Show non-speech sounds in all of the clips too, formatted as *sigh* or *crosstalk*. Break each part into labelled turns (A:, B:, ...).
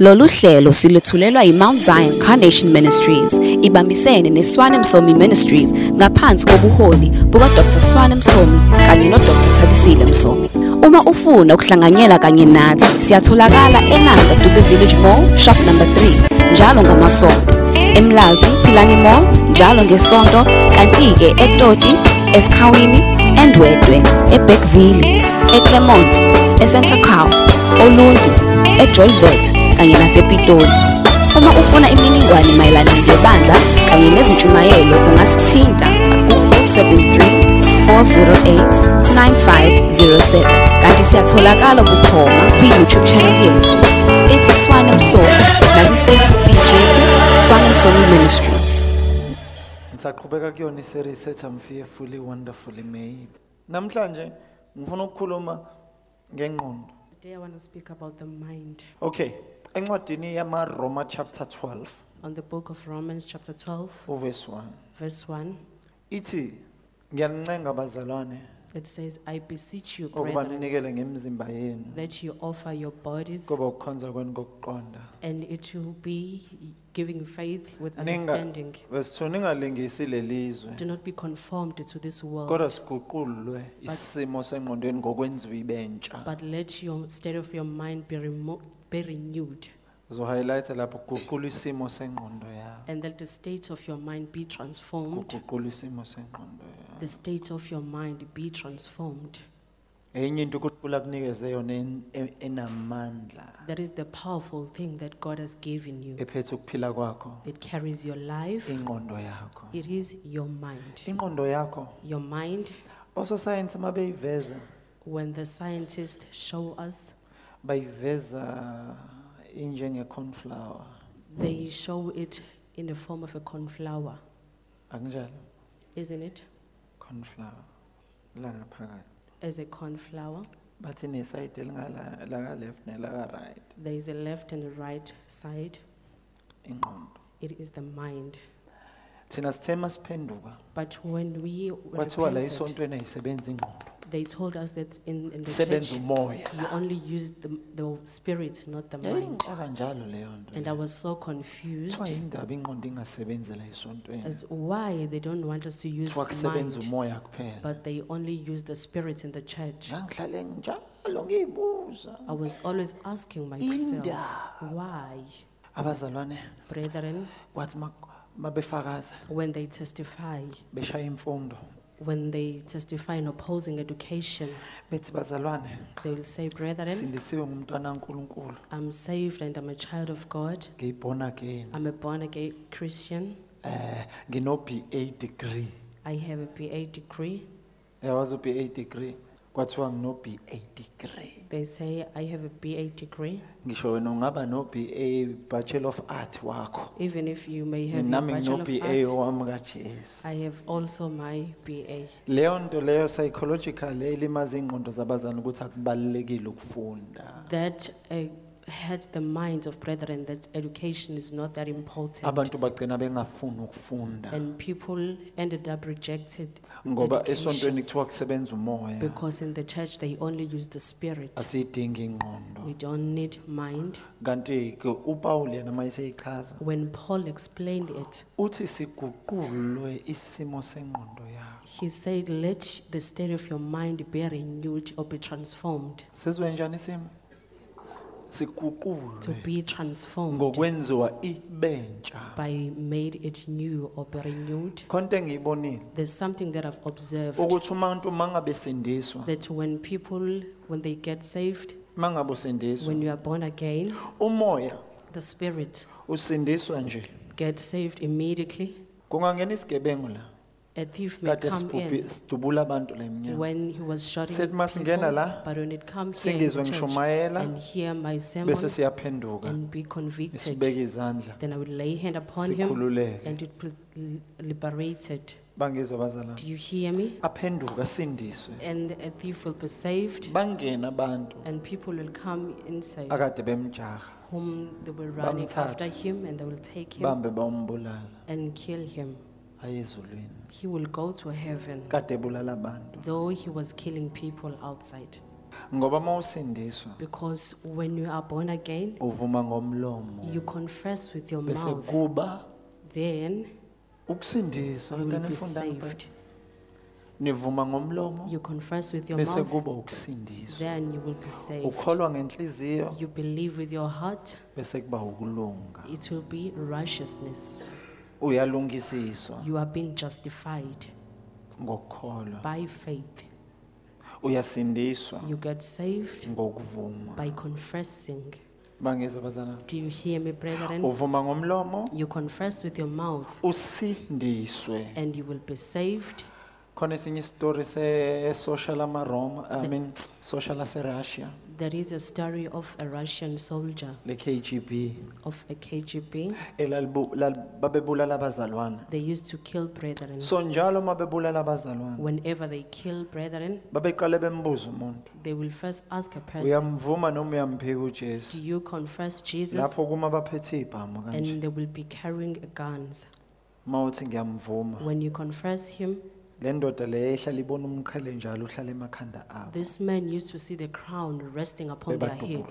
A: Lolu hlelo silethulelwa yiMount Zion Carnation Ministries ibambisene neSwane Msomi Ministries ngaphansi kobuholi bukaDr Swane Msomi kanye noDr Thabisile Msomi. Uma ufuna ukuhlanganyela kanye nathi siyatholakala eNanda Dube Village Mall shop number 3 njalo ngamasonto. Emlazi Philani Mall njalo ngesonto kanti ke eToti esikhawini endwedwe eBackville eClermont eCentral Cow Olundi eJolvet kanye nasePitoli uma ufuna imininingwane mayelana nebandla kanye nezintshumayelo ungasithinta ku-073 408 9507 kanti siyatholakala bukhoma kwi-youtube channel yethu ethi swane msoko nakwi-facebook page yethu swane msoko ministries
B: Ngisaqhubeka kuyona i-series ethi I'm fearfully wonderfully made. Namhlanje ngifuna ukukhuluma ngengqondo.
C: Today I want to speak about the mind
B: Okay, encwadini yama Roma chapter 12
C: on the book of Romans, chapter 12,
B: uverse 1.
C: verse 1.
B: Ithi ngiyanincenga bazalwane
C: It says, I beseech you,
B: ukuba
C: brethren,
B: ninikele ngemizimba yenu
C: that you offer your bodies,
B: kuba ukukhonza kwenu kokuqonda.
C: and it will be giving faith with
B: Ninga-
C: understanding.
B: Verse 2 ningalingisi lelizwe
C: Do not be conformed to this world,
B: kodwa siguqulwe isimo sengqondweni ngokwenziwa ibentsha.
C: but let your state of your mind be remo- be renewed,
B: Uzo highlight lapho guqula isimo sengqondo yakho.
C: and that the state of your mind be transformed.
B: Guqula isimo sengqondo yakho.
C: The state of your mind be transformed.
B: enye into ukuqula kunikeze yona en- en- enamandla
C: That is the powerful thing that God has given you.
B: ephethe ukuphila kwakho
C: It carries your life.
B: ingqondo yakho
C: It is your mind.
B: ingqondo yakho
C: Your mind,
B: ososayensi uma beyiveza
C: when the scientists show us,
B: bayiveza injenge-cornflower
C: they show it in the form of a cornflower,
B: akunjalo
C: isn't it?
B: cornflower langaphakathi
C: As a cornflower,
B: bathi nesayidi laka-left nelaka-right
C: there is a left and a right side.
B: ingqondo
C: It is the mind.
B: thina sithe masiphenduka
C: But when we
B: kwathiwa la
C: repented,
B: esontweni ayisebenzi ingqondo
C: they told us that in, in the
B: isebenza
C: church,
B: umoya
C: you only use the, the spirit, not the mind.
B: yayingixaka njalo leyo nto
C: And I was so confused
B: Kuthiwa yindaba ingqondo ingasebenzi la esontweni
C: as why they don't want us to use
B: kuthiwa kusebenza
C: mind,
B: umoya kuphela
C: but they only use the spirit in the church.
B: ngangihlale njalo ngiyibuza
C: I was always asking myself, why,
B: abazalwane
C: brethren,
B: kwathi ma- mabefakaza
C: when they testify,
B: beshaya imfundo
C: when they testify in opposing education,
B: bethi bazalwane
C: they will say, brethren,
B: sindisiwe ngumntwana kankulunkulu
C: I'm saved and I'm a child of God.
B: ngiyi-born again
C: I'm a born again Christian.
B: um ngino-b a degree
C: I have a BA degree.
B: yawazi u-b a degree kwathiwa ngino-b a degree
C: They say, I have a BA degree.
B: ngisho wena ungaba no-b a bachelor of art wakho
C: Even if you may have a
B: nami
C: Bachelor
B: ngino-b
C: of
B: a
C: Arts,
B: owami kajesu
C: I have also my BA.
B: leyo nto leyo psychological elimaza ingqondo zabazali ukuthi akubalulekile ukufunda
C: That uh, had the minds of brethren that education is not that important.
B: abantu bagcina bengafuni ukufunda
C: And people ended up rejected
B: ngoba
C: education
B: esontweni kuthiwa kusebenza umoya
C: because in the church they only use the spirit.
B: asiyidingi ingqondo
C: We don't need mind.
B: kanti-ke upawuli yena uma eseyichaza
C: When Paul explained it,
B: uthi siguqulwe isimo sengqondo yakho
C: he said, Let the state of your mind be renewed or be transformed.
B: sizwe njani isimo
C: To
B: siguqulwe
C: be transformed
B: ngokwenziwa ibentsha
C: by made it new or be renewed.
B: khonto engiyibonile
C: There's something that I've observed
B: ukuthi umuntu uma ngabe sindiswa
C: that when people, when they get saved,
B: uma ngabe usindiswa
C: when you are born again,
B: umoya
C: the spirit
B: usindiswa nje
C: gets saved immediately.
B: kungangena isigebengu la
C: A thief may
B: kade
C: come in.
B: sibhubhi- sidubula abantu la emnyango
C: when he was shouting
B: Said,
C: at
B: "Masingena
C: people,
B: la,
C: but when it comes here in
B: singizwe
C: the church
B: ngishumayela,
C: and hear my sermon
B: bese siyaphenduka
C: and be convicted
B: sibeke izandla
C: then I would lay hand upon him
B: sikhululeke
C: and it will be liberated
B: bangizwa bazalwane
C: do you hear me
B: aphenduka asindiswe
C: and a thief will be saved
B: bangena abantu
C: and people will come inside
B: akade bemjaha
C: whom they will run
B: Bamthathe.
C: after him and they will take him
B: bambe bayombulala
C: and kill him
B: aye ezulwini
C: he will go to heaven
B: kade ebulala abantu
C: though he was killing people outside
B: ngoba mawusindiswa
C: because when you are born again,
B: uvuma ngomlomo
C: you confess with your
B: bese
C: mouth,
B: kuba
C: then
B: ukusindiswa
C: you will
B: ngani
C: be
B: mfunda
C: saved.
B: nivuma ngomlomo
C: You confess with your
B: bese
C: mouth,
B: kuba ukusindiswa
C: then you will be saved.
B: ukholwa ngenhliziyo
C: You believe with your heart,
B: bese kuba ukulunga
C: it will be righteousness.
B: uyalungisiswa
C: You are being justified
B: ngokukholwa
C: by faith.
B: uyasindiswa
C: You get saved
B: ngokuvuma
C: by confessing.
B: bangezwa bazana
C: Do you hear me, brethren?
B: uvuma ngomlomo
C: You confess with your mouth,
B: usindiswe
C: and you will be saved.
B: khona esinye isitori se-social amaroma i mean social aserussia
C: There is a story of a Russian soldier
B: le-k g b
C: of a KGB.
B: babebulala abazalwana
C: They used to kill brethren.
B: so njalo uma bebulala abazalwana
C: Whenever they kill brethren,
B: babeqale bembuza umuntu
C: they will first ask a person,
B: uyamvuma noma uyamphika
C: Do
B: ujesu
C: you confess Jesus?
B: lapho kuma baphethe ibhamu kanje
C: And they will be carrying guns.
B: uma uthi ngiyamvuma
C: When you confess him,
B: le ndoda leyo ehlala ibona umqhele njalo uhlala emakhanda abo
C: this man used to see the crown resting upon their head,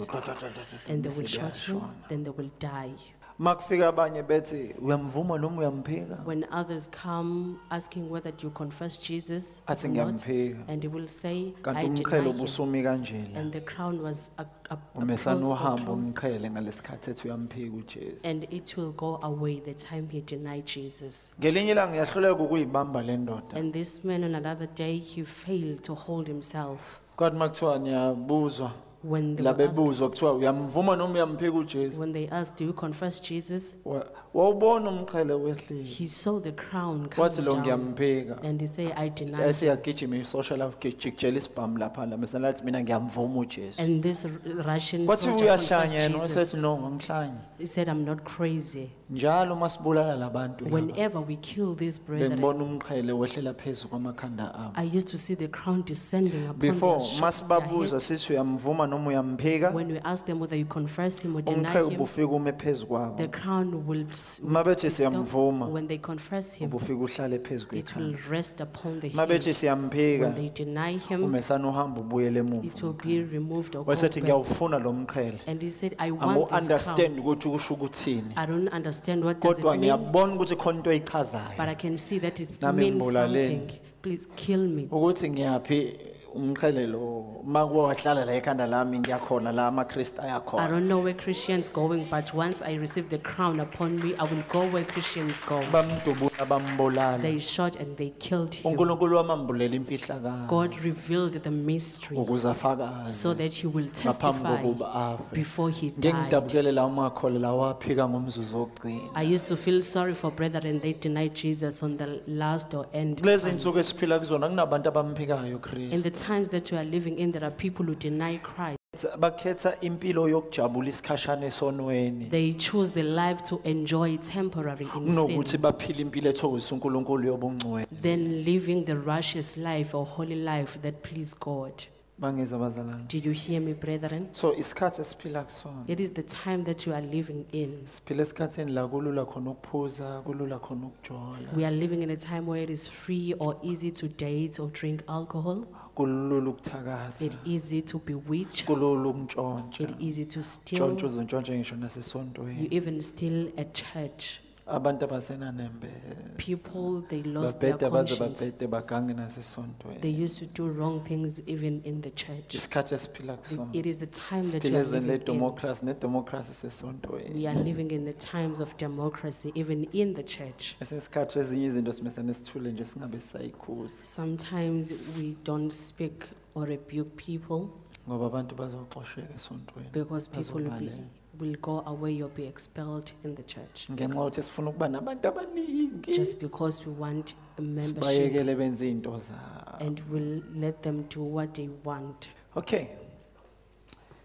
C: and they will shoot him, then they will die.
B: uma kufika abanye bethi uyamvuma noma uyamphika
C: When others come asking whether you confess Jesus, or
B: athi
C: not,
B: ngiyamphika
C: and he will say,
B: kanti
C: I
B: umqhele
C: deny him.
B: ubusumi kanje la
C: And the crown was a, a, a
B: umesana
C: close or
B: uhambe
C: close,
B: umqhele ngalesikhathi ethi uyamphika ujesu
C: and it will go away the time he denied Jesus.
B: ngelinye ilanga ngiyahluleka ukuyibamba le ndoda
C: And this man on another day he failed to hold himself
B: kwathi uma kuthiwa niyabuzwa
C: when they, were asked,
B: labebuzwa kuthiwa uyamvuma noma uyamphika ujesu
C: when they asked, Do you confess Jesus?
B: Wa- wawubona umqhele wehlile
C: He saw the crown
B: wathi lo
C: coming down,
B: ngiyamphika
C: and he said, I deny him."
B: esiyagijima isosha lajikijela isibhamu laphana mesana lathi mina ngiyamvuma ujesu
C: And this R- Russian
B: kwathi
C: soldier confessed
B: uyahlanya yena
C: Jesus.
B: wasethi no ngangihlanye
C: He said, I'm not crazy.
B: njalo uma sibulala la bantu laba,
C: Whenever we kill these brethren,
B: bengibona umqhele wehlela phezu kwamakhanda abo
C: I used to see the crown descending upon their
B: before
C: sh- their
B: masibabuza
C: head.
B: sithi uyamvuma noma uyamphika
C: When we ask them whether you confess him or deny
B: umqhele
C: him,
B: ubufika ume phezu kwabo
C: the crown will, s- will
B: uma bethi
C: stop.
B: siyamvuma
C: When they confess him,
B: ubufika uhlale phezu
C: it
B: kwekhanda
C: will rest upon the
B: uma bethi
C: head. When
B: siyamphika
C: they deny him,
B: umesana uhambe ubuyele
C: it
B: emuva
C: will be removed or called
B: wasethi
C: back.
B: ngiyawufuna lo mqhele
C: And he said, I want this crown.
B: angu-understand ukuthi kusho ukuthini
C: I don't understand what does
B: kodwa
C: it mean,
B: ngiyabona ukuthi khona into
C: but
B: oyichazayo
C: I can see that it
B: Nami
C: means
B: ngibulaleni.
C: something. Please kill me.
B: ukuthi ngiyaphi umqhele lo uma wahlala la ekhanda lami ngiyakhona la amakrist
C: I
B: ayakhona
C: don't know where Christians going, but once I receive the crown upon me, I will go where Christians go.
B: bamdubula bambulala
C: They shot and they killed him.
B: unkulunkulu wamambulela imfihlakalo
C: God revealed the mystery
B: ukuze afakaze
C: so that he will
B: ngaphambi
C: testify
B: kokuba afe
C: before he
B: ngeke
C: died.
B: ngidabukele la umakhole la waphika ngomzuzu wokugcina
C: I used to feel sorry for brethren they denied Jesus on the last or end.
B: kulezi
C: times.
B: nsuku esiphila kuzona kunabantu abamphikayo
C: In
B: kristu
C: the times that we are living in, there are people who deny Christ.
B: bakhetha impilo yokujabula isikhashana esonweni
C: They choose the life to enjoy temporary in sin,
B: kunokuthi baphile impilo ethokozisa unkulunkulu yobungcwele
C: then living the righteous life or holy life that please God.
B: bangeza bazalana
C: Do you hear me, brethren?
B: so isikhathi esiphila kusona
C: It is the time that we are living in.
B: siphila esikhathini la kulula khona ukuphuza kulula khona ukujola
C: We are living in a time where it is free or easy to date or drink alcohol.
B: kulula ukuthakatha
C: It easy to bewitch.
B: kulula ukuntshontsha
C: It easy to steal.
B: ntshontsha uzintshontshe ngisho
C: You
B: nasesontweni
C: even steal at church.
B: abantu abasenanembeza
C: People they lost their
B: babhede baze
C: conscience.
B: babhede bagange
C: They
B: nasesontweni
C: used to do wrong things even in the church.
B: isikhathi esiphila kusona
C: It is the time that we
B: siphila
C: are
B: ezweni
C: living in.
B: ledemokhrasi nedemokhrasi esesontweni
C: We are living in the times of democracy, even in the church.
B: esinye isikhathi ezinye izinto simesane sithule nje singabe sisayikhuza
C: Sometimes we don't speak or rebuke people
B: ngoba abantu bazoxosheka esontweni
C: because people will, be,
B: Bazobaleka.
C: will go away or be expelled in the church
B: ngenxa yokuthi sifuna ukuba nabantu abaningi
C: just because we want a membership
B: bayekele benze iy'nto zabo
C: and we'll let them do what they want.
B: okay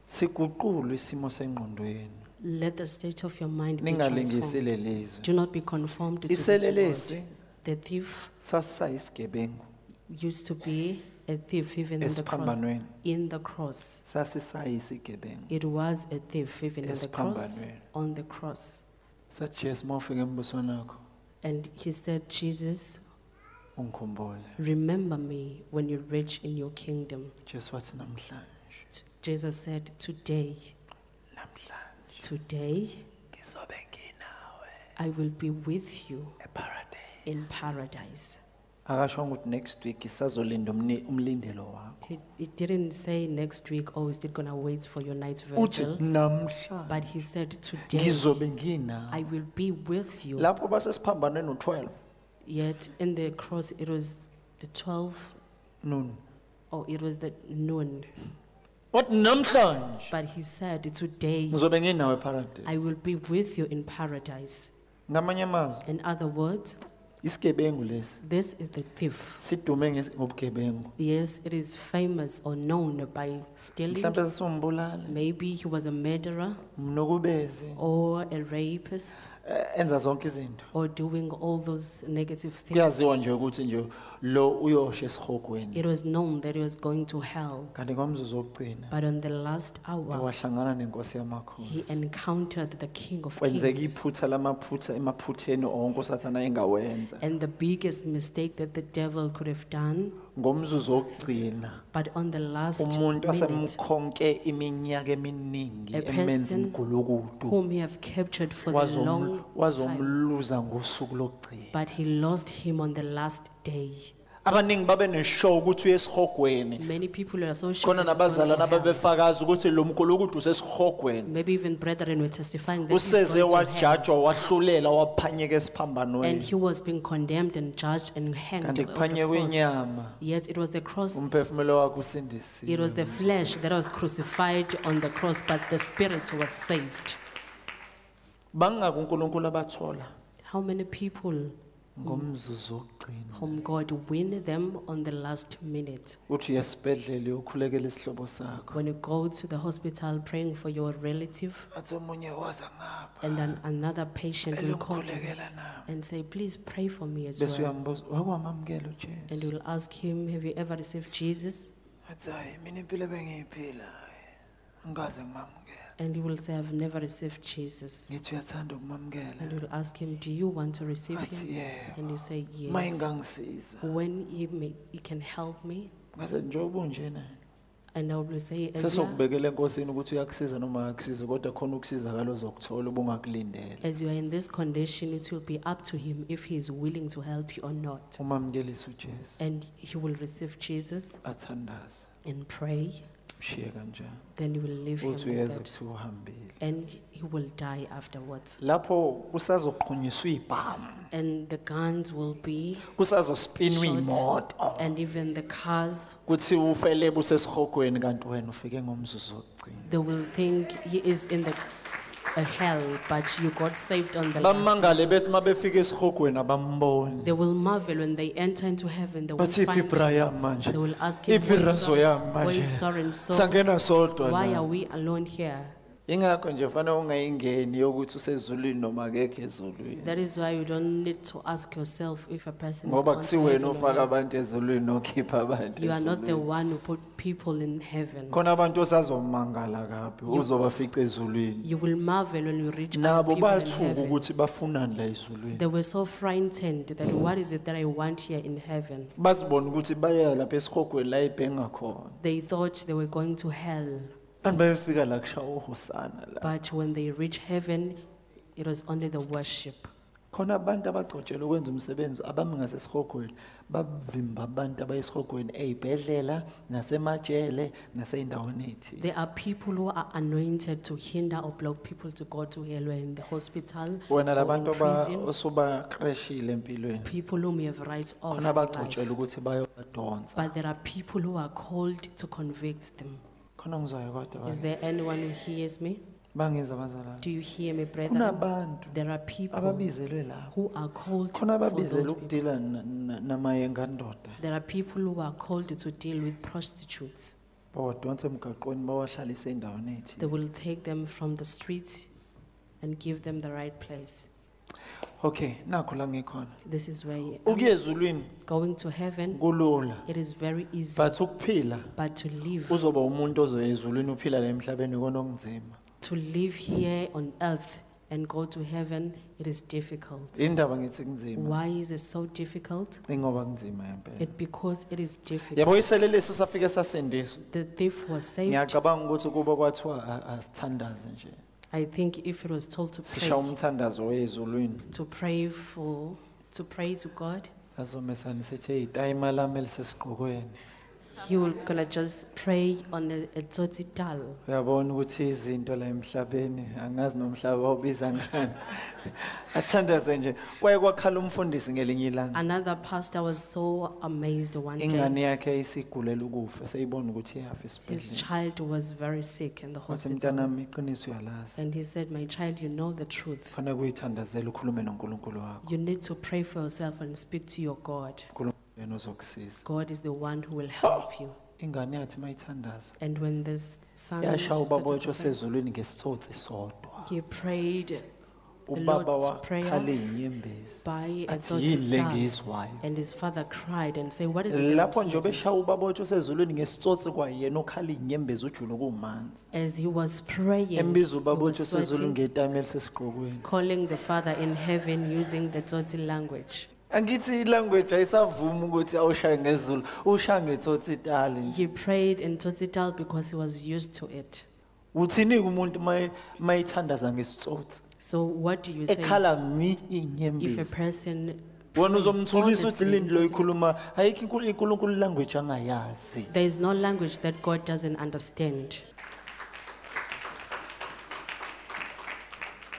B: siguqulwe isimo sengqondweni
C: Let the state of your mind be
B: ningalingisi
C: transformed.
B: le lizwe
C: Do not be conformed to this world.
B: iselelesi
C: The thief
B: sasisayisigebengu
C: used to be a thief even in the cross.
B: esiphambanweni
C: In the cross.
B: sasisayisigebengu
C: It was a thief even in the cross,
B: Esiphambanweni.
C: on the cross.
B: sathi jesu uma ufika embusweni wakho
C: And he said, Jesus,
B: ungikhumbule
C: remember me when you reach in your kingdom.
B: jesu wathi namhlanje
C: Jesus said, Today,
B: namhlanje
C: today,
B: ngizobe nginawe
C: I will be with you
B: eparadise
C: in paradise.
B: akashonga ukuthi next week isazolinda umni- umlindelo wakho
C: He, he didn't say next week, oh, is it going to wait for your night's
B: uthi
C: vigil?
B: namhlanje
C: But he said, Today,
B: ngizobe nginawe
C: I will be with you.
B: lapho basesiphambanwe no-12
C: Yet in the cross, it was the 12,
B: noon
C: or it was the noon.
B: wathi namhlanje
C: But he said, Today,
B: ngizobe nginawe eparadise
C: I will be with you in paradise.
B: ngamanye amazwi
C: In other words,
B: isigebengu lesi
C: this is the thief.
B: sidume nges- ngobugebengu
C: Yes, it is famous or known by stealing.
B: mhlawumbe sasiwumbulala
C: Maybe he was a murderer
B: mnokubeze
C: or a rapist
B: eh, enza zonke izinto
C: or doing all those negative things.
B: kuyaziwa nje ukuthi nje lo uyosha esihogweni
C: It was known that he was going to hell.
B: kanti ngomzuzu wokugcina
C: But on the last hour,
B: wahlangana nenkosi
C: he
B: yamakhosi
C: encountered the King of
B: kwenzeka
C: Kings.
B: iphutha lamaphutha emaphutheni onke usathane ayengawenza
C: And the biggest mistake that the devil could have done,
B: ngomzuzu wokugcina
C: but on the last
B: umuntu
C: minute,
B: asemkhonke iminyaka eminingi
C: A
B: emenza
C: person
B: imgulukudu
C: whom he have captured for the
B: wazom-
C: long time.
B: wazomluza ngosuku lokugcina
C: But he lost him on the last day.
B: abaningi babe neshow ukuthi uye esihogweni
C: Many people are so sure.
B: khona
C: that he's going to
B: nabazalwana
C: hell.
B: babefakaza ukuthi lo mgulukudu usesihogweni
C: Maybe even brethren were testifying that he's
B: useze
C: going to hell.
B: wajajwa wahlulela waphanyeka
C: And
B: esiphambanweni
C: he was being condemned and judged and hanged.
B: kanti
C: on the
B: kuphanyekwa
C: cross.
B: inyama
C: Yes, it was the cross.
B: umphefumulo wakho
C: It
B: usindisiwe
C: was the flesh that was crucified on the cross, but the spirit was saved.
B: bangaki unkulunkulu abathola
C: How many people
B: ngomzuzu wokugcina
C: whom God win them on the last minute?
B: uthi uyesibhedlele ukhulekela isihlobo sakho
C: When you go to the hospital praying for your relative,
B: athi omunye woza ngapha
C: and then another patient will call you
B: elongikhulekela nami
C: and say, Please pray for me as
B: bese
C: well.
B: uyambuza wakwamamukela ujesu
C: And you'll ask him, Have you ever received Jesus?
B: athi hayi mina impilo ebengiyiphila angikaze ngimamukela
C: And you will say, I've never received Jesus.
B: ngithi uyathanda ukumamukela
C: And you'll ask him, Do you want to receive
B: athi
C: him?
B: yebo
C: And you say,
B: ma
C: Yes.
B: ingangisiza
C: When he, may, he can help me.
B: ngase njengoba unjena
C: And I will say, as you, are,
B: sesokubekela enkosini ukuthi uyakusiza noma akakusizi kodwa khona ukusizakalo zokuthola ubungakulindele
C: as you are in this condition, it will be up to him if he is willing to help you or not.
B: umamkelisa ujesu
C: And he will receive Jesus
B: athandaze
C: and pray.
B: mshiye kanjani
C: Then you will leave him
B: uthi
C: with
B: uyeza
C: that.
B: kuthiwa uhambile
C: And he will die afterwards.
B: lapho kusazoqhunyiswa ibhamu
C: And the guns will be
B: kusazospinwa
C: shot.
B: iy'moto
C: And even the cars
B: kuthi ufelebe usesihogweni kanti wena ufike ngomzuzu wokugcina
C: They will think he is in the a hell, but you got saved on the last.
B: bamangale bethi uma befika esihogweni abamboni
C: They will marvel when they enter into heaven. They will
B: bathi iphi
C: find.
B: ibra yami manje
C: They will ask him,
B: iphi
C: "Where is
B: iraso
C: Sar-
B: yami
C: where
B: manje
C: is so and so?
B: sangena sodwa
C: Why
B: la."
C: are we alone here?
B: ingakho nje fanele ungayingeni yokuthi usezulwini noma akekho ezulwini
C: That is why you don't need to ask yourself if a person is
B: ngoba
C: going to
B: kusiwena
C: heaven or
B: ofaka
C: not.
B: abantu ezulwini nokhipha abantu
C: You are not the
B: ezulwini.
C: one who put people in heaven.
B: khona abantu osazomangala kabi uzobafica ezulwini
C: You will marvel when you reach other
B: nabo
C: people in
B: bathuka
C: heaven.
B: ukuthi bafunani la ezulwini
C: They were so frightened that what is it that I want here in heaven?
B: bazibone ukuthi baya lapha esihogweni la ibhenga khona
C: They thought they were going to hell.
B: kanti bayefika la kushaya uhosana la
C: But when they reach heaven, it was only the worship.
B: khona abantu abagcotshelwe ukwenza umsebenzi abami ngasesihogweni bavimba abantu abaya esihogweni ey'bhedlela nasemajele nasey'ndaweni ey'thile
C: There are people who are anointed to hinder or block people to go to hell or in the hospital
B: wena
C: or in
B: labantu
C: prison.
B: osubaqreshile empilweni
C: People whom you have rights of
B: khona
C: in life.
B: abagcotshelwe ukuthi bayobadonsa
C: But there are people who are called to convict them.
B: khona ngizwayo kodwa bani?
C: Is there anyone who hears me?
B: bangiza abazalwane
C: Do you hear me, brethren?
B: kunabantu
C: There are people
B: ababizelwe lapho
C: who are called for
B: khona
C: those
B: ababizele
C: people.
B: ukudila na- na- namayengandoda
C: There are people who are called to deal with prostitutes.
B: bawadonsa emgaqweni bawahlalise ey'ndaweni
C: They
B: ey'thile
C: will take them from the streets and give them the right place.
B: okay nakho la ngikhona
C: This is where you are.
B: ukuya ezulwini
C: going to heaven.
B: kulula
C: It is very easy,
B: but ukuphila
C: but to live,
B: uzoba umuntu ozoya ezulwini uphila la emhlabeni kona okunzima
C: to live here on earth and go to heaven, it is difficult.
B: indaba ngithi kunzima
C: Why is it so difficult?
B: ingoba kunzima ngempela
C: It because it is difficult.
B: yabo iselelesi safike sasindiswa
C: The thief was saved.
B: ngiyacabanga ukuthi kuba kwathiwa a- asithandaze nje
C: I think if it was told to
B: sishaya
C: pray,
B: umthandazo wezulwini
C: to pray for, to pray to God,
B: azomesane sithi eyi tayima lami elisesiqokweni
C: he will gonna just pray on a, a dirty towel.
B: uyabona ukuthi izinto la emhlabeni angazi nomhlaba wawubiza ngani *laughs* athandaze nje kwaye kwakhala umfundisi ngelinye ilanga
C: Another pastor was so amazed one
B: ingane
C: day.
B: yakhe isigulele ukufa seyibona ukuthi iyafa
C: His
B: isibhedlela
C: child was very sick in the
B: wathi
C: hospital.
B: mntanami iqiniso uyalazi
C: And he said, My child, you know the truth.
B: fanele kuyithandazela ukhulume nonkulunkulu wakho
C: You need to pray for yourself and speak to your God.
B: unkulunkulu yena uzokusiza
C: God is the one who will help you.
B: ingane yathi mayithandaza
C: And when this son she
B: yashaya
C: started
B: ubaba
C: to
B: wethu
C: pray,
B: osezulwini ngesithotsi sodwa
C: he prayed a
B: ubaba
C: Lord's
B: wakhale
C: prayer
B: inyembezi
C: by a
B: athi yini
C: dotted
B: le
C: tongue.
B: ngiyizwayo
C: And his father cried and said, What is it? that
B: lapho
C: you
B: nje
C: hear?"
B: beshaya ubaba wethu osezulwini ngesitsotsi kwayena okhala iy'nyembezi ujule kuwumanzi
C: As he was praying, he
B: embiza ubaba
C: was
B: wethu osezulwini
C: sweating,
B: ngetami elisesigqokweni
C: calling the father in heaven using the dirty language.
B: angithi ilanguage ayisavumi ukuthi awushaye ngezulu ushaye ngetsotsi itali nje
C: He prayed in Totital because he was used to it.
B: uthini-ke umuntu ma ithandaza ngesitsotsi
C: So what do you say
B: ekhala mi
C: if a
B: iy'nyembezi
C: person
B: wona
C: prays
B: uzomthulisa uthi
C: honestly in
B: lindi lo
C: Totital?
B: ikhuluma ayikho inkulu- inkulunkulu language angayazi
C: There is no language that God doesn't understand.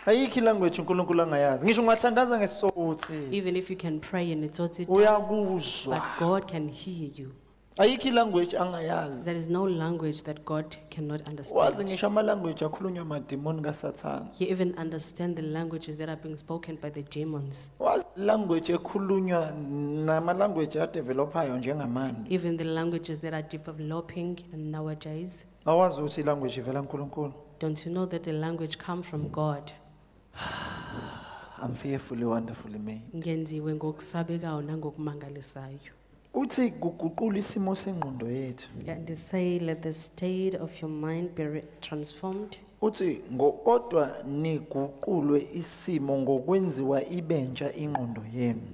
B: ayikho ilanguage unkulunkulu angayazi ngisho ungathandaza ngesitsotsi
C: Even if you can pray in a Totital,
B: uyakuzwa
C: but God can hear you.
B: ayikho ilanguage angayazi
C: There is no language that God cannot
B: wazi
C: understand.
B: ngisho amalanguage akhulunywa amadimoni kasathane
C: He even understands the languages that are being spoken by the demons.
B: wazi language ekhulunywa namalanguage adevelophayo njengamanje
C: even the languages that are developing nowadays.
B: awazi ukuthi ilanguage ivela nkulunkulu
C: Don't you know that the language comes from God?
B: i'm fearfully wonderfully made
C: Ngenziwe ngokusabekayo nangokumangalisayo.
B: uthi kuguqula isimo sengqondo yethu
C: And they say, let the state of your mind be re- transformed.
B: uthi ngo- kodwa niguqulwe isimo ngokwenziwa ibentsha ingqondo yenu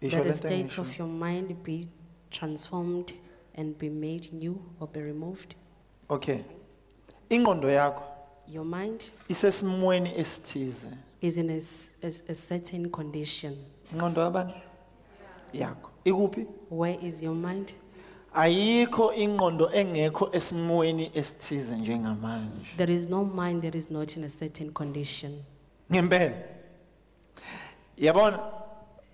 B: Isho
C: Let the
B: lento
C: state
B: engisho.
C: of your mind be transformed and be made new or be removed.
B: okay ingqondo yakho
C: Your mind
B: isesimweni esithize
C: is in a, s- a s- a certain condition.
B: ingqondo yabani yakho ikuphi
C: Where is your mind?
B: ayikho ingqondo engekho esimweni esithize njengamanje
C: There is no mind that is not in a certain condition.
B: ngempela yabona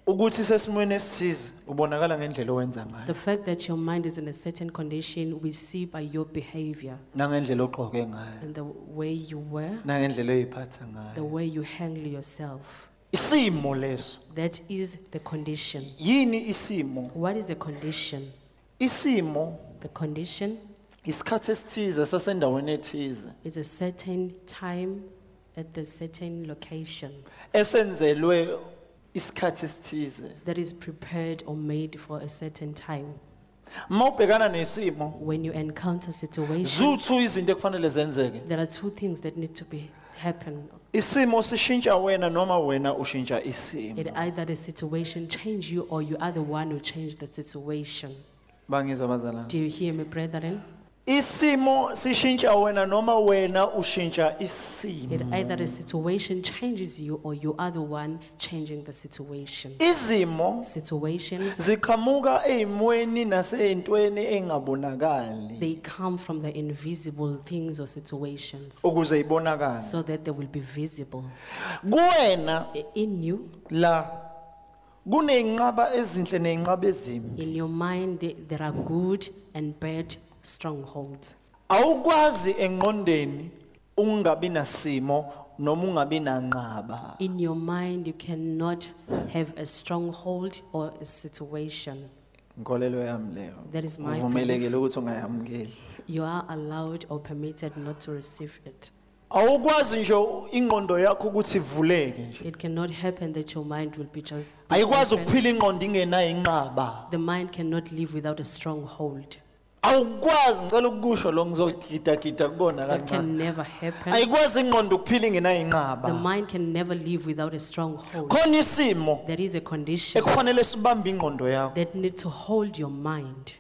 B: ukuthi sesimweni esithize ubonakala ngendlela owenza ngayo
C: The fact that your mind is in a certain condition, we see by your behavior
B: nangendlela ogqoke ngayo
C: and the way you wear,
B: nangendlela oyiphatha
C: the
B: ngayo
C: way you handle yourself.
B: isimo leso
C: That is the condition.
B: yini isimo
C: What is the condition?
B: isimo
C: The condition
B: isikhathi esithize sasendaweni ethize
C: is a certain time at the certain location
B: esenzelwe isikhathi esithize
C: that is prepared or made for a certain time.
B: uma ubhekana nesimo
C: When you encounter situation,
B: zuthu izinto ekufanele zenzeke
C: there are two things that need to be happen.
B: isimo sishintsha wena noma wena ushintsha isimo
C: It either the situation change you or you are the one who changed the situation.
B: bangizwa bazalana
C: Do you hear me, brethren?
B: isimo sishintsha wena noma wena ushintsha
C: It
B: isimo
C: either the situation changes you or you are the one changing the situation.
B: izimo
C: Situations,
B: ziqhamuka ey'mweni nasey'ntweni ey'ngabonakali
C: they come from the invisible things or situations
B: ukuze ibonakale
C: so that they will be visible.
B: kuwena
C: I- In you,
B: la kuney'nqaba ezinhle ney'nqaba ezimbi
C: in your mind, the- there are good and bad strongholds.
B: awukwazi engqondeni ungabi nasimo noma ungabi nanqaba
C: In your mind, you cannot have a stronghold or a situation.
B: inkolelo yami leyo
C: That is my belief.
B: uvumelekile ukuthi ungayamukeli
C: You are allowed or permitted not to receive it.
B: awukwazi nje ingqondo yakho ukuthi ivuleke nje
C: It cannot happen that your mind will be just. be
B: ayikwazi
C: open.
B: ukuphila ingqondo ingenayo inqaba
C: The mind cannot live without a stronghold.
B: awukwazi ngicela ukukusho lo ngizogidagida kubona
C: That
B: kancane
C: can never happen.
B: ayikwazi ingqondo ukuphila ingenayinqaba
C: The mind can never live without a stronghold.
B: khona isimo
C: There is a condition
B: ekufanele sibambe ingqondo yakho
C: that needs to hold your mind.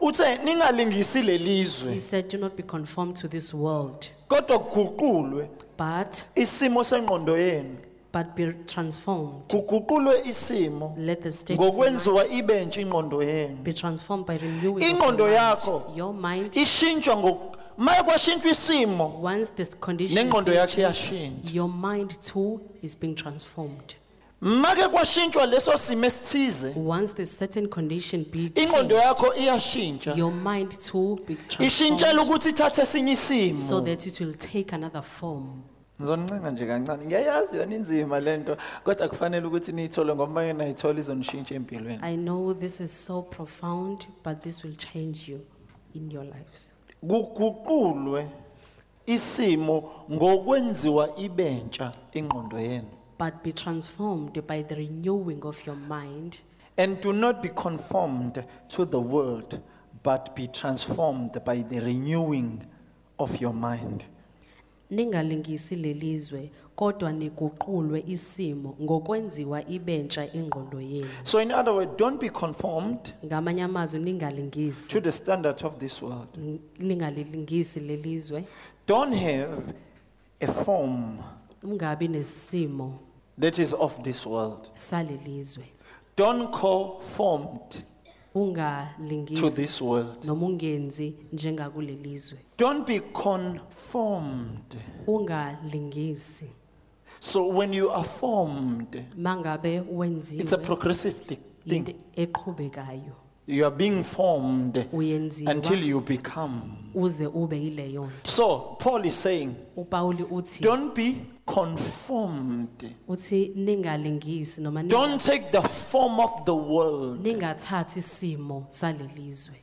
B: uthe ningalingisi
C: He
B: lelizwe
C: said, Do not be conformed to this world,
B: kodwa kuguqulwe
C: but
B: isimo sengqondo yenu
C: but be transformed.
B: kuguqulwe isimo
C: Let the state of your mind
B: ngokwenziwa ibentshe ingqondo yenu
C: be transformed by renewing of
B: Ingqondo
C: your mind.
B: yakho.
C: Your mind.
B: ishintshwa ngo maye kwashintshwa isimo
C: Once this condition is
B: nengqondo
C: being
B: yakhe yashintsha
C: your mind too is being transformed.
B: make kwashintshwa leso simo esithize
C: Once this certain condition be
B: ingqondo
C: changed,
B: yakho iyashintsha
C: your mind too be
B: ishintshela
C: transformed
B: ukuthi ithathe esinye
C: so
B: isimo
C: that it will take another form.
B: ngizonincenga nje kancane ngiyayazi yona inzima lento kodwa kufanele ukuthi niyithole ngoba uma yena ayithole izonishintsha empilweni
C: I know this is so profound, but this will change you in your lives.
B: kuguqulwe isimo ngokwenziwa ibentsha ingqondo yenu
C: But be transformed by the renewing of your mind.
B: and do not be conformed to the world but be transformed by the renewing of your mind
C: Ningalingisi lelizwe kodwa niguqulwe isimo ngokwenziwa ibentsha ingqondo yenu.
B: so in other words don't be conformed
C: Ngamanye amazwi ningalingisi
B: to the standards of this world
C: N- ningalilingisi lelizwe
B: don't have a form
C: ungabi nesimo
B: that is of this world
C: salelizwe
B: don't conformed to
C: ungalingisi
B: this world
C: noma ungenzi njengakulelizwe
B: don't be conformed
C: ungalingisi
B: so when you are formed
C: mangabe
B: It's a
C: wenziwe
B: progressive thi-
C: into
B: thing.
C: eqhubekayo
B: You are being formed until
C: uyenziwa
B: you become.
C: uze ube ileyo nto
B: So Paul is saying,
C: upawuli uthi
B: don't be conformed.
C: uthi ningalingisi noma ninga-
B: Don't take the form of the world.
C: ningathathi isimo salelizwe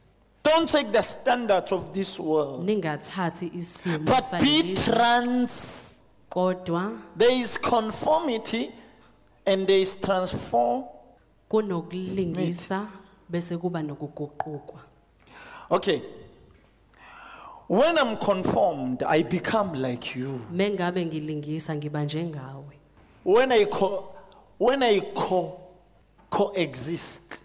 B: Don't take the standards of this world.
C: ningathathi isimo
B: But be
C: salelizwe
B: trans.
C: kodwa
B: There is conformity and there is transform.
C: kunokulingisa bese kuba nokuguqukwa
B: Okay. When I'm conformed, I become like you.
C: mengabe ngilingisa ngiba njengawe
B: When I co- when I co- coexist,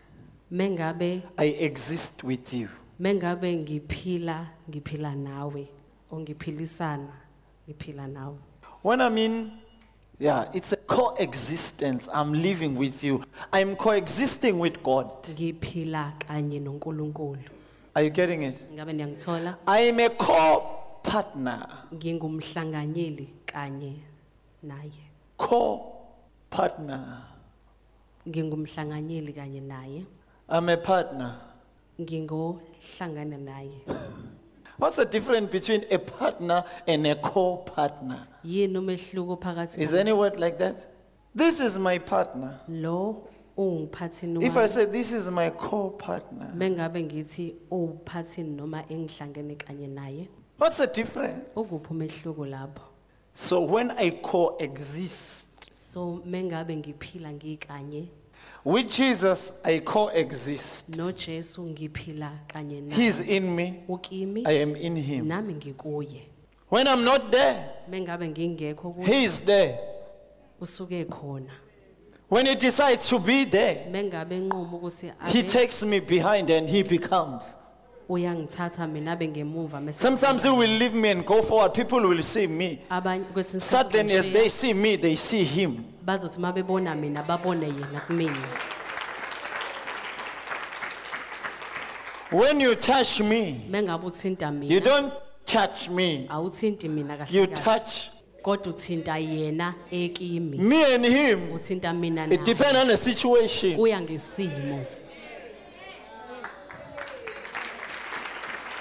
C: mengabe
B: I exist with you.
C: mengabe ngiphila ngiphila nawe ongiphilisana ngiphila nawe
B: When I mean, yeah, it's a coexistence. I'm living with you. I'm coexisting with God.
C: ngiphila kanye noNkulunkulu
B: Are you getting it?
C: ngabe niyangithola
B: I am a co partner.
C: ngingumhlanganyeli kanye naye
B: Co partner.
C: ngingumhlanganyeli kanye naye
B: I'm a partner.
C: ngingohlangana naye
B: What's the difference between a partner and a co partner?
C: yini umehluko phakathi
B: Is
C: ko-
B: any word like that? This is my partner.
C: lo ungiphathini
B: If I say this is my co partner,
C: mengabe ngithi uphathini noma engihlangene kanye naye
B: What's the difference?
C: ukuphi umehluko lapho
B: So when I coexist
C: so mengabe ngiphila ngikanye
B: with Jesus, I coexist.
C: noJesu ngiphila kanye naye
B: He's in me,
C: ukimi
B: I am in him.
C: nami ngikuye
B: When I'm not there,
C: mengabe ngingekho kuye
B: he is there.
C: usuke khona
B: When he decides to be there,
C: mengabe enqoma ukuthi
B: he
C: abe
B: takes me behind and he becomes.
C: uyangithatha mina abe ngemuva mese-
B: Sometimes he will leave me and go forward. People will see me.
C: abanye kwesinye isikhathi
B: Suddenly, as they
C: uzongishiya,
B: see me, they see him.
C: bazothi uma bebona mina babone yena kumina
B: When you touch me,
C: mengabe uthinta
B: you
C: mina
B: don't touch me,
C: awuthinti mina kahle
B: you
C: kahle
B: touch
C: kodwa uthinta yena ekimi
B: me and him.
C: uthinta mina
B: It
C: naye
B: depends on the situation.
C: kuya ngesimo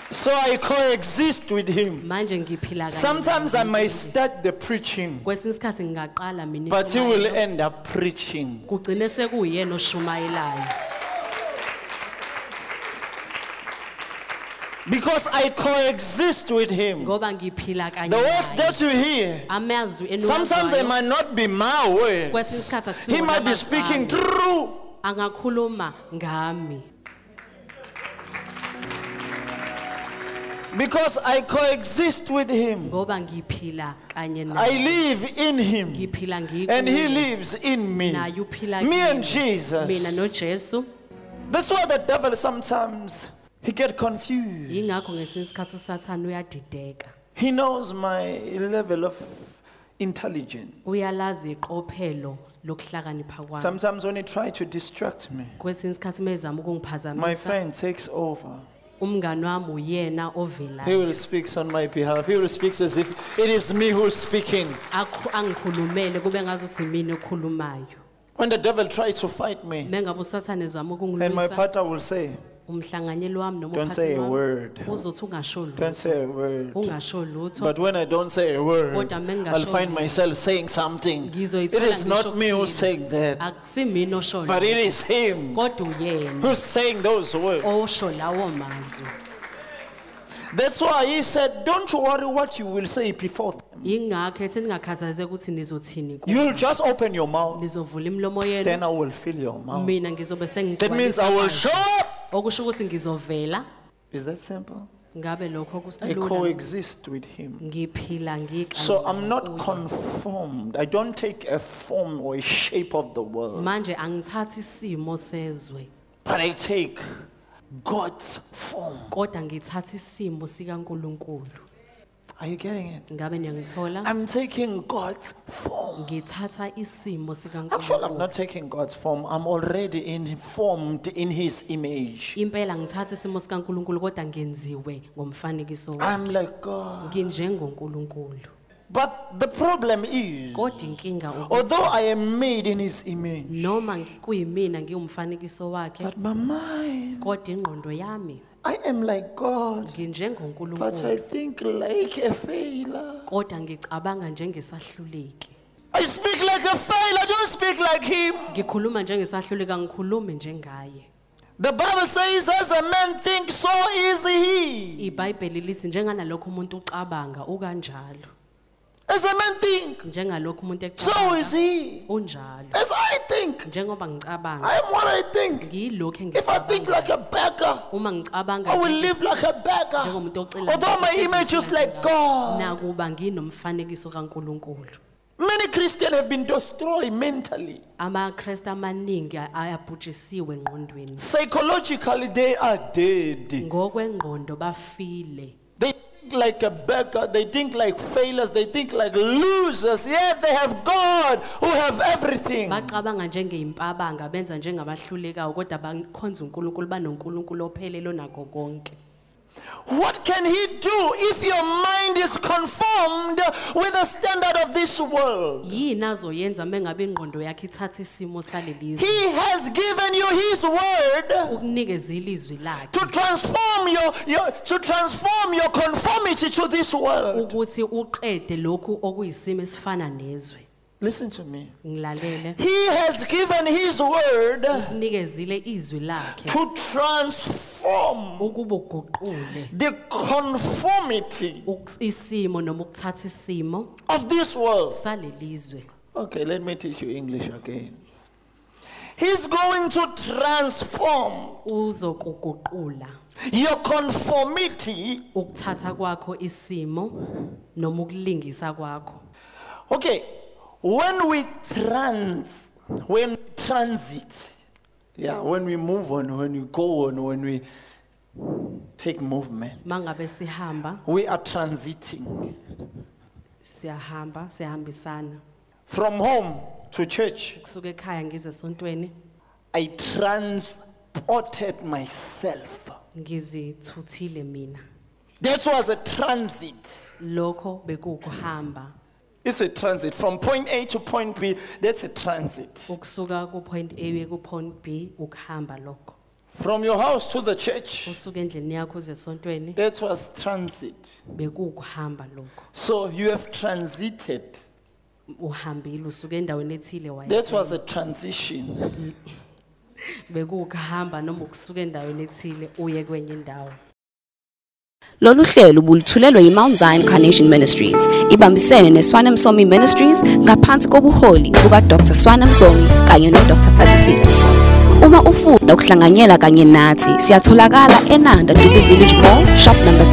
B: So I coexist with him.
C: manje ngiphila kanye
B: Sometimes I
C: naye.
B: might start the preaching,
C: kwesinye isikhathi ngingaqala mina
B: but he will
C: ishumayelo,
B: end up preaching.
C: kugcine sekuyena oshumayelayo
B: Because I coexist with him. The
C: ngoba ngiphila kanye
B: words
C: naye.
B: that you hear,
C: amazwi
B: sometimes they
C: enwazwayo
B: might not be my
C: Kwesinye
B: words.
C: isikhathi akusiwo
B: He might be
C: amazwi
B: speaking
C: ami.
B: through.
C: angakhuluma ngami
B: because I coexist with Him.
C: ngoba ngiphila kanye
B: I
C: naye
B: live in Him,
C: ngiphila
B: and He
C: ngikuye
B: lives in me.
C: naye uphila
B: Me and
C: kimi. mina
B: Jesus.
C: nojesu
B: That's why the devil sometimes he get confused.
C: yingakho ngesinye isikhathi usathane uyadideka
B: He knows my level of intelligence.
C: uyalazi iqophelo lokuhlakanipha kwami
B: Sometimes when he try to distract me,
C: kwesinye isikhathi uma ezama
B: my
C: ukungiphazamisa
B: friend takes over.
C: umngani wami uyena
B: He
C: ovelayo
B: will speak on my behalf. He will speak as if it is me who's speaking.
C: Akhu- angikhulumele kube ngazuthi mina okhulumayo
B: When the devil tries to fight me,
C: uma ngabe usathane ezama
B: and my
C: ukungilwisa
B: partner will say,
C: umhlanganyeli wami noma
B: Don't say
C: uphathi
B: a
C: wami
B: word.
C: uzothi ungasho
B: Don't
C: lutho
B: say a word.
C: ungasho lutho
B: But when I don't say a word,
C: Kodwa mengasho
B: I'll find
C: lutho.
B: myself saying something. It
C: Ngizoyithola
B: is
C: ngisho
B: not me who's
C: kuthina.
B: saying that,
C: akusimina osho
B: but it
C: lokho,
B: is him
C: kodwa uyena
B: who's saying those words.
C: osho lawo mazwi
B: That's why he said, Don't you worry what you will say before them.
C: yingakho ethi ningakhathazeki ukuthi nizothini kuye.
B: You'll just open your mouth,
C: nizovula imlomo
B: then
C: yenu
B: I will fill your mouth.
C: mina ngizobe
B: That means I will show
C: sengiokusho
B: up.
C: ukuthi ngizovela
B: Is that simple?
C: ngabe lokho
B: I
C: kusilula
B: coexist with him.
C: ngiphila ngikanye
B: So I'm not
C: nakuye.
B: conformed. I don't take a form or a shape of the world,
C: manje angithathi isimo sezwe
B: but I take God's form.
C: kodwa ngithatha isimo sikaNkuluNkulu
B: Are you getting it?
C: ngabe niyangithola
B: I'm taking God's form.
C: ngithatha isimo
B: Actually, I'm
C: sikaNkuluNkulu
B: not taking God's form. I'm already informed in His image.
C: impela ngithatha isimo sikaNkuluNkulu kodwa ngenziwe ngomfanekiso wakhe.
B: I'm like God.
C: nginjengoNkuluNkulu
B: But the problem is,
C: kodwa inkinga
B: Oh,
C: ukuthi
B: although I am made in His image,
C: noma ngi- kuyimina ngiwumfanekiso wakhe
B: but my mind,
C: kodwa ingqondo yami
B: I am like God. But I
C: nginjengoNkulunkulu
B: think like a failure.
C: kodwa ngicabanga njengesahluleki
B: I speak like a failure. I don't speak like Him.
C: ngikhuluma njengesahluleki angikhulumi njengaye
B: The Bible says, as a man thinks, so is he.
C: ibhayibheli lithi njenganalokho umuntu ucabanga ukanjalo
B: As a man thinks,
C: njengalokho umuntu
B: so is
C: ecabanga
B: he.
C: unjalo
B: As I think,
C: njengoba ngicabanga
B: I am what I think.
C: ngiyilokho
B: If I think
C: engicabanga
B: like a beggar,
C: uma ngicabanga
B: I will live like a beggar.
C: njengomuntu ocela
B: Although my image is like God.
C: nakuba nginomfanekiso kaNkuluNkulu
B: Many Christians have been destroyed mentally.
C: amaKristu amaningi ayabhujisiwe engqondweni
B: Psychologically, they are dead.
C: ngokwengqondo bafile
B: They think like a beggar. They think like failures. They think like losers. Yet they have God who have everything.
C: bacabanga njengeyimpabanga benza njengabahlulekayo kodwa bakhonza uNkulunkulu banoNkulunkulu ophelele nako konke
B: What can He do if your mind is conformed with the standard of this world?
C: yini azoyenza mengabe ingqondo yakhe ithatha isimo salelizwe
B: He has given you His word.
C: ukunikeza ilizwi lakhe
B: to transform your, your to transform your conformity to this world.
C: ukuthi uqede lokhu okuyisimo esifana nezwe
B: Listen to me.
C: ngilalele
B: He has given his word
C: unikezile izwi lakhe
B: to transform
C: ukuba uguqule
B: the conformity
C: uk- isimo noma ukuthatha isimo
B: of this world.
C: salelizwe
B: Okay, let me teach you English again. He's going to transform
C: uzokuguqula
B: your conformity.
C: ukuthatha kwakho isimo noma ukulingisa kwakho
B: Okay, when we trans, when we transit, yeah, when we move on, when we go on, when we take movement,
C: mangabe sihamba
B: we are transiting
C: siyahamba siyahambisana
B: from home to church.
C: kusuka ekhaya ngize esontweni
B: I transported myself.
C: ngizithuthile mina
B: That was a transit.
C: lokho bekukuhamba
B: It's a transit from point A to point B. That's a transit.
C: ukusuka kupoint A uye kupoint B ukuhamba lokho
B: From your house to the church.
C: usuka endlini yakho uze esontweni
B: That was transit.
C: bekukuhamba lokho
B: So you have transited.
C: uhambile usuka endaweni ethile waya
B: That was a transition.
C: bekukuhamba noma ukusuka endaweni ethile uye kwenye indawo
A: Lolu hlelo bulithulelwe yiMount Zion Carnation Ministries ibambisene neSwana Msomi Ministries ngaphansi kobuholi buka Dr Swana Msomi kanye no Dr Thabisile Msomi. Uma ufuna ukuhlanganyela kanye nathi siyatholakala eNanda Dubu Village Mall shop number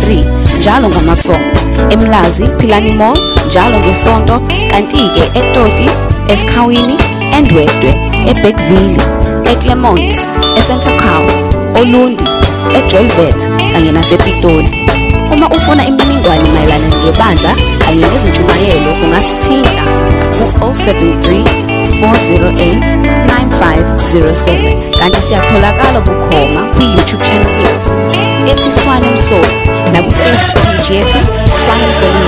A: 3 njalo ngamasonto emlazi philani mall njalo ngesonto kanti-ke etoti esikhawini endwedwe ebekville eclermont ecentercow olundi ejolvet kanye nasepitoli uma ufuna imininingwane mayelana ngebandla kanye nezintshumayelo ungasithinta ku-073 408 9507 kanti siyatholakala bukhoma kwi-youtube channel yethu ethi swanemsoli nakwifacebook page yethu swanemsoli